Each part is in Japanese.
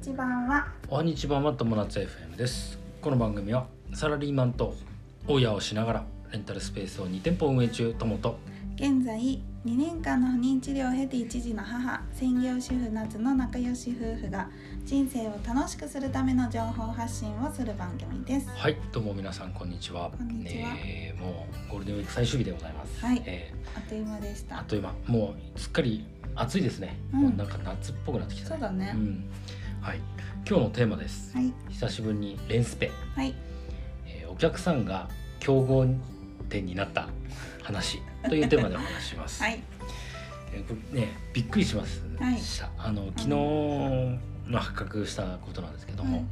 ち版はおはにちばま友達 FM ですこの番組はサラリーマンと大家をしながらレンタルスペースを2店舗運営中友と現在2年間の不妊治療を経て一児の母専業主婦夏の仲良し夫婦が人生を楽しくするための情報発信をする番組ですはいどうも皆さんこんにちはこんにちはえーもうゴールデンウィーク最終日でございます、はいえあっという間でしーあったという間もうすっかり暑いですね、うんもうなんか夏っぽくなってきたそうだねうんはい今日のテーマです、はい久しぶりにレンスペ、はいえーお客さんが競合店になった話というテーマでお話しし ます、はいえーこれねびっくりしますはいしたあの昨日の発覚したことなんですけども、はい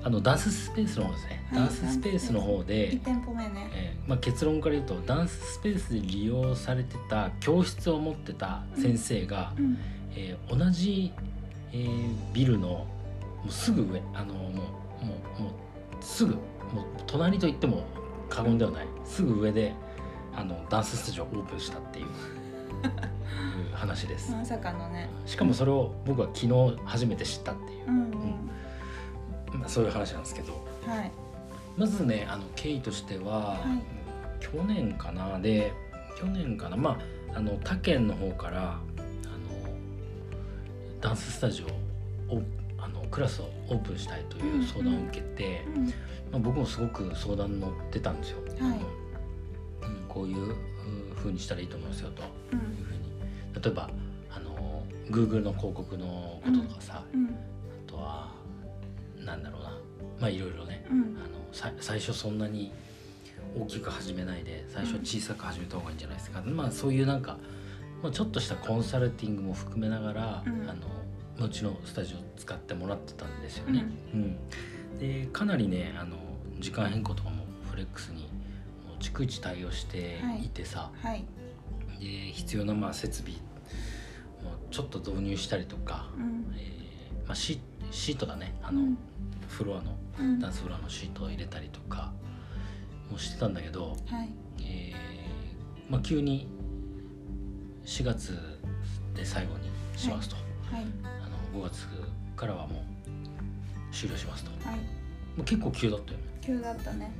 あのダンススペースの方ですね、はいダンススペースの方で1、店舗目ねえーまあ、結論から言うとダンススペースで利用されてた教室を持ってた先生が、うんえー同じ、えービルのもうすぐ上あのもうもうもうすぐもう隣と言っても過言ではないすぐ上であのダンススタジオをオープンしたっていういう話です。まさかのねしかもそれを僕は昨日初めて知ったっていうう、んうんまあ、そういう話なんですけどはいまずねあの経緯としては、い去年かなで去年かなまああの他県の方からあのダンススタジオをあのクラスをオープンしたいという相談を受けて、うんまあ、僕もすごく相談に乗ってたんですよ。はいあのうんこういううん風にしたらいいと思いますよとういうんふうに例えばあの Google の広告のこととかさ、うんあとはなんだろうなまあいろいろねうあんのさ最初そんなに大きく始めないで最初小さく始めた方がいいんじゃないですか、まあそういうなんか、まあ、ちょっとしたコンサルティングも含めながら、うんあのうちのスタジオ使ってもらってたんですよね。うんでかなりねあの時間変更とかもフレックスにもう逐一対応していてさ、はいで必要なまあ設備もちょっと導入したりとか、うんえーまあ、シシートだねああの、フロアのうんダンスフロアのシートを入れたりとかもしてたんだけど、はいえーまあ、急に4月で最後にしますと、はいあの5月からはもう終了しますともはいう結構急だったよね急だったね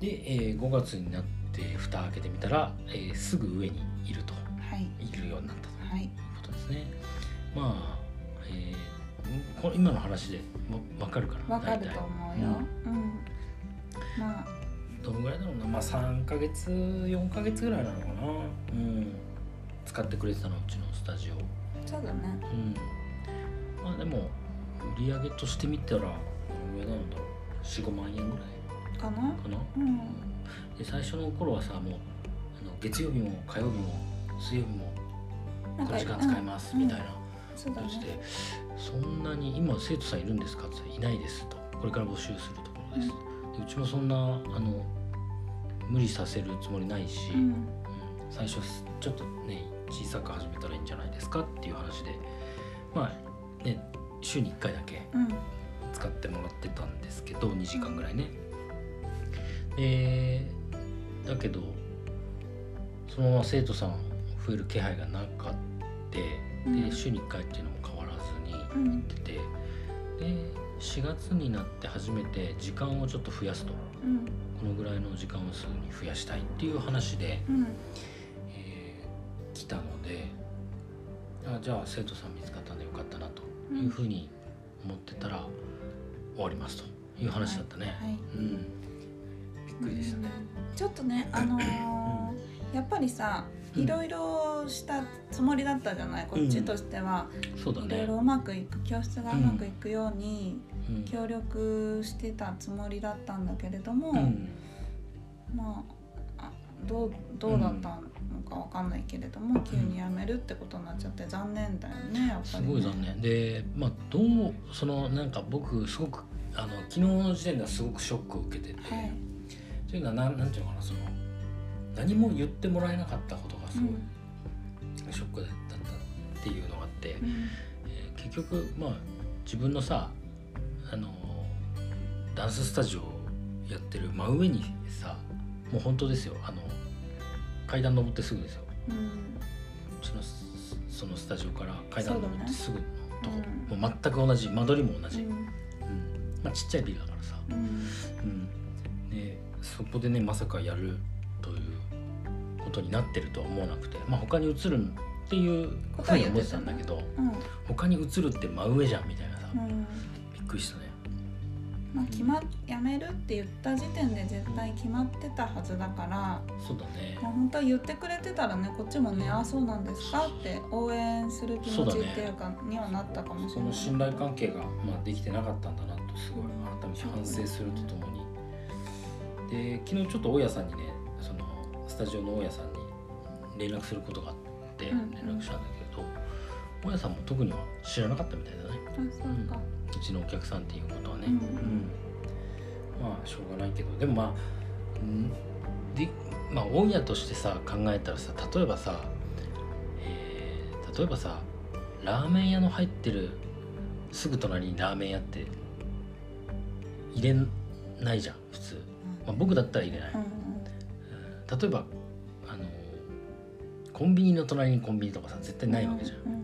で、えー5月になって蓋開けてみたら、えーすぐ上にいるとはいいるようになったというはいことですねまあ、えーこの今の話で分かるかなわかる大と体思うよ。うん。まあ、どのぐらいだろうなまあ3ヶ月4ヶ月ぐらいなのかなうん使ってくれてたのうちのスタジオそうだね。うんまあでも売り上げとしてみたらどのぐらいなんだろう45万円ぐらいかな。かな、うん。で最初の頃はさもうあの月曜日も火曜日も水曜日もなこの時間使いますうんみたいなうんそうだ感じで、ね。そんなに今生徒さんいるんですかって言ったらいないですとこれから募集するところです、うでうちもそんなあの無理させるつもりないし、うん。うん最初すちょっとね小さく始めたらいいんじゃないですかっていう話でまあね週に1回だけうん。使ってもらってたんですけど2時間ぐらいね。でだけどそのまま生徒さん増える気配がなかってうでん週に1回っていうのも変わらずにうん。うん。出てで4月になって初めて時間をちょっと増やすとこのぐらいの時間をすぐに増やしたいっていう話で。うん。えー来たのであじゃあ生徒さん見つかったんでよかったなというふうに思ってたら終わりますという話だったね、はい。うんびっくりでしたね、ちょっと ね、あのーやっぱりさ。うんいろいろしたつもりだったじゃない、こっちとしては、そうだいろいねろうまくいく教室がうまくいくようにうん協力してたつもりだったんだけれども、うんまああどうどうだったのかわかんないけれども、急に辞めるってことになっちゃって残念だよねやっぱすり、ね、ごい残念でまあどうそのなんか僕すごくあの昨日の時点ではすごくショックを受けてて、はいというのはなんなんていうのかなその何も言ってもらえなかったことがすうごいんショックだったっていうのがあって、うんえー結局まあ自分のさあのーダンススタジオやってる真上にさもう本当ですよあの階段登ってすぐですようんそのそのスタジオから階段登ってすぐのとこ、うんもう全く同じ間取りも同うじ、うんんまあ、ちっちゃいビルだからさ、うんうん、でそこでねまさかやるということになってるとは思わなくて、まあ、他に移るっていうふうに思ってたんだけどうん他に移るって真上じゃんみたいなさ、うんびっくりしたねまあ決まっやめるって言った時点で絶対決まってたはずだからそうだねまあ本当は言ってくれてたらねこっちもねあそうなんですかって応援する気持ちっていうかにはなったかもしそれなのい。信頼関係が、まあ、できてなかったんだなとすごい改めて反省するとともにで昨日ちょっと大家さんにねそのスタジオの大家さんに連絡することがあってうんう連ん絡したんだけど、大家さんも特には知らなかったみたいだねあそうか。うちのお客さんっていうことはね、うんうんまあしょうがないけどでもまあ、うんでまあ大家としてさ考えたらさ例えばさ、えー例えばさラーメン屋の入ってるすぐ隣にラーメン屋って入れないじゃん普通、まあ、僕だったら入れない、うんうん例えばあのコンビニの隣にコンビニとかさ絶対ないわけじゃん、うんうんま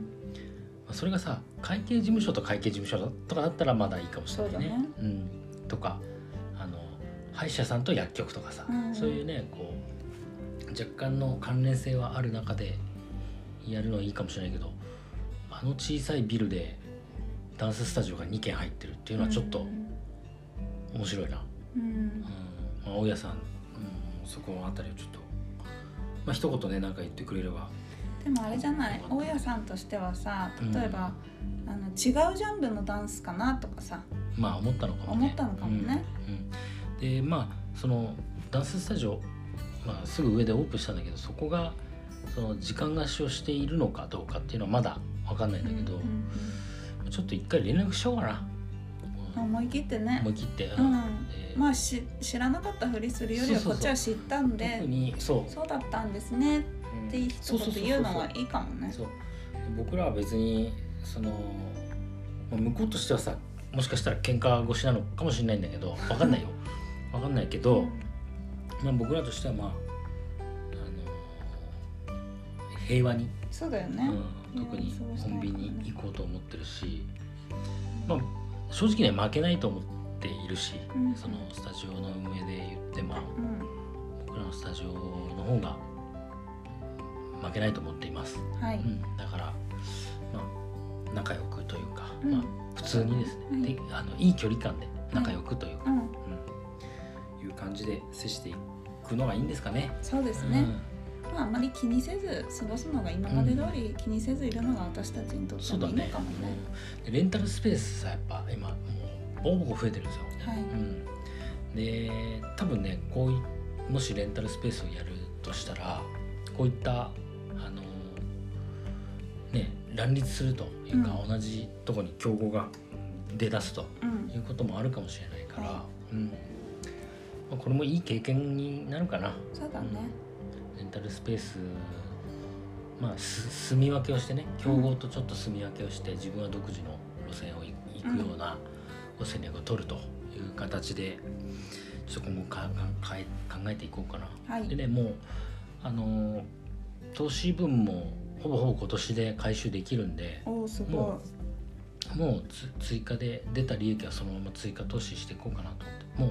あそれがさ会計事務所と会計事務所とかだったらまだいいかもしれないね。そうだねうん、とかあの歯医者さんと薬局とかさ、うんそういうねこう若干の関連性はある中でやるのはいいかもしれないけどあの小さいビルでダンススタジオが2軒入ってるっていうのはちょっと面白いな。うんうんまあ、大家さん、うん、そこのあたりをちょっと、まあ一言ねなんか言ってくれればでもあれじゃない大家さんとしてはさ例えば、あの違うジャンルのダンスかなとかさまあ思ったのかもね。思ったのかもねうんうんでまあそのダンススタジオ、まあ、すぐ上でオープンしたんだけどそこがその時間貸しをしているのかどうかっていうのはまだ分かんないんだけど、うんちょっと一回連絡しようかな、うん思い切ってうんね思い切って。うんでまあし知らなかったふりするよりはそうそうそうこっちは知ったんで特にそうそうだったんですねっうんて一言言うのそうそうそうそうはいいかもねそう僕らは別にそのまあ向こうとしてはさもしかしたら喧嘩越しなのかもしれないんだけど分かん ないよ分かんないけど、まあ、僕らとしてはまあ、あの平和に、そうだようねん、特に平和に過コごしたいからねンビニ行こうと思ってるし、まあ、正直ね負けないと思っているし、うんそのスタジオの運営で言ってもうん僕らのスタジオの方が負けないと思っています、、はいうん、だから、まあ、仲良くというか、うんまあ、普通にですね、うんであのいい距離感で仲良くというか、うん、うん、いう感じで接していくのがいいんですかね。そうですね、まああまり気にせず過ごすのが今まで通り気にせずいるのが私たちにとってそうもだいいのねかもね。うんでレンタルスペースさやっぱ今もうボコボコ増えてるんですよ。はい、うん、で多分ねこういもしレンタルスペースをやるとしたらこういったあのね乱立するというか、う同じとこに競合が出だすとうん、いうこともあるかもしれないから、はうんまあこれもいい経験になるかな。そうだね。レンタルスペースまあす住み分けをしてね競合とちょっと住み分けをして自分は独自の路線をい行くような戦略を取るという形でそこもかかかえ考えていこうかな。はいでねもうあのー投資分もほぼほぼ今年で回収できるんでおおすごももうつ追加で出た利益はそのまま追加投資していこうかなと思っ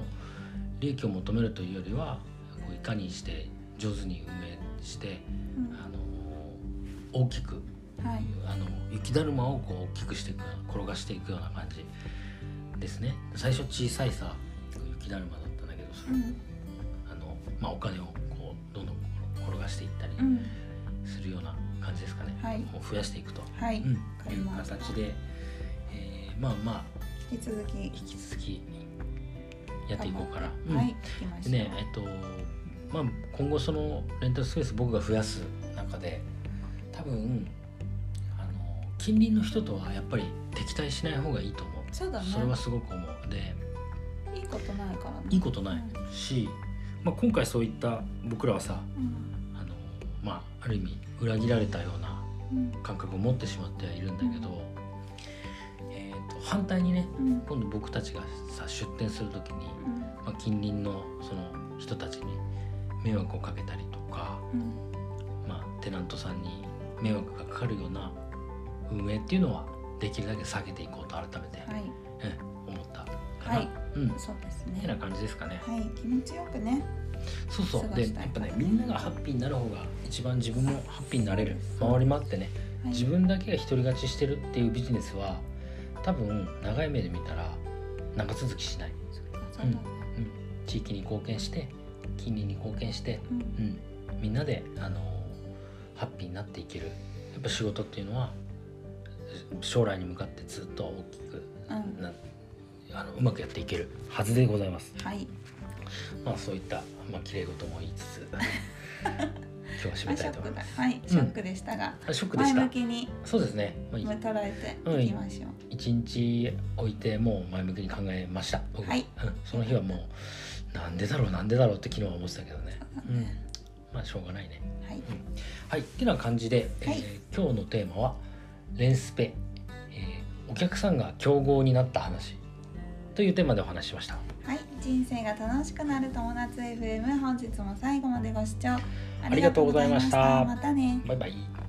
てもう利益を求めるというよりはこういかにして上手に運営してい。うんあの大きくはい。あの雪だるまをこう大きくしていくような転がしていくような感じですね最初小さいさ雪だるまだったんだけどそうれ、んあのまあ、お金をこうどんどんこう転がしていったりうんするような感じですかね、はいもう増やしていくと、はい。うんかりいうました形で、えーまあまあ引き続き引き続きやっていこうかな。うんはい聞きました。でねえっとまあ今後そのレンタルスペース僕が増やす中で多分あの近隣の人とはやっぱり敵対しない方がいいと思うそうだね。それはすごく思うでいいことないからね。いいことないし、まあ、今回そういった僕らはさうんあの、まあ、ある意味裏切られたようなうん感覚を持ってしまってはいるんだけど、えっと反対にねうん今度僕たちがさ出店する時に、うんまあ、近隣のその人たちに迷惑をかけたりとか、うんまあ、テナントさんに迷惑がかかるような運営っていうのはできるだけ下げていこうと改めてはい思ったかな、はいうんそうですてねな感じですかねはい気持ちよくねそうそ過うごでしたいやっぱねみんながハッピーになる方が一番自分もハッピーになれる回り回ってねはい自分だけが独り勝ちしてるっていうビジネスは多分長い目で見たら長続きしないそっかそうだね地域に貢献して近隣に貢献して、うんうん、みんなで、あのハッピーになっていけるやっぱ仕事っていうのは将来に向かってずっと大きくうんなあのうまくやっていけるはずでございます。はいまあそういったまあ綺麗事も言いつ つ今日は締まあめショたいッと思いクまだす。はいショックでしたがあショックで前した向。きにそうですね。まあい捉えていきましょう一日置いてもう前向きに考えました。僕はいうんその日はもうなんでだろうなんでだろうって昨日は思ってたけどね。そうだねうん。まあしょうがないね。はいはい、ってな感じで、えーはい今日のテーマは「レンスペ、えーお客さんが競合になった話」というテーマでお話ししました。はい人生が楽しくなる友達 FM 本日も最後までご視聴ありがとうございましたりがとうございましたまたねバイバイ